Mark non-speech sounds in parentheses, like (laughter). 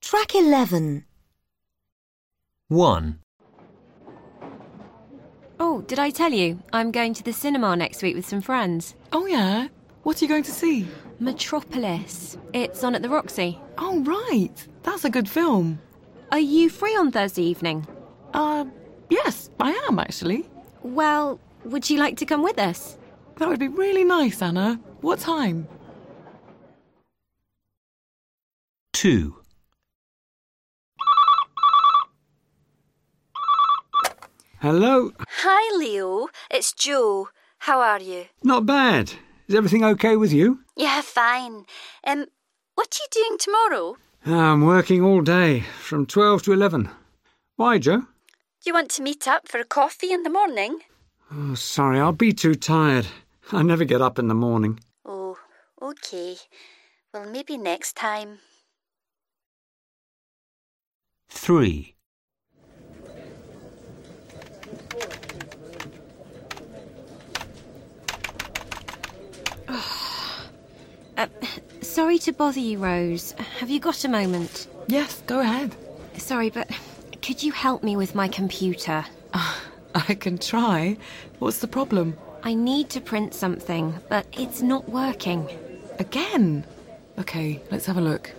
Track 11. 1. Oh, did I tell you? I'm going to the cinema next week with some friends. Oh, yeah? What are you going to see? Metropolis. It's on at the Roxy. Oh, right. That's a good film. Are you free on Thursday evening? Uh, yes, I am actually. Well, would you like to come with us? That would be really nice, Anna. What time? 2. Hello? Hi, Leo. It's Joe. How are you? Not bad. Is everything okay with you? Yeah, fine. Um, what are you doing tomorrow? I'm working all day, from 12 to 11. Why, Joe? Do you want to meet up for a coffee in the morning? Oh, sorry, I'll be too tired. (laughs) I never get up in the morning. Oh, okay. Well, maybe next time. 3. Uh, sorry to bother you, Rose. Have you got a moment? Yes, go ahead. Sorry, but could you help me with my computer? I can try. What's the problem? I need to print something, but it's not working. Again? Okay, let's have a look.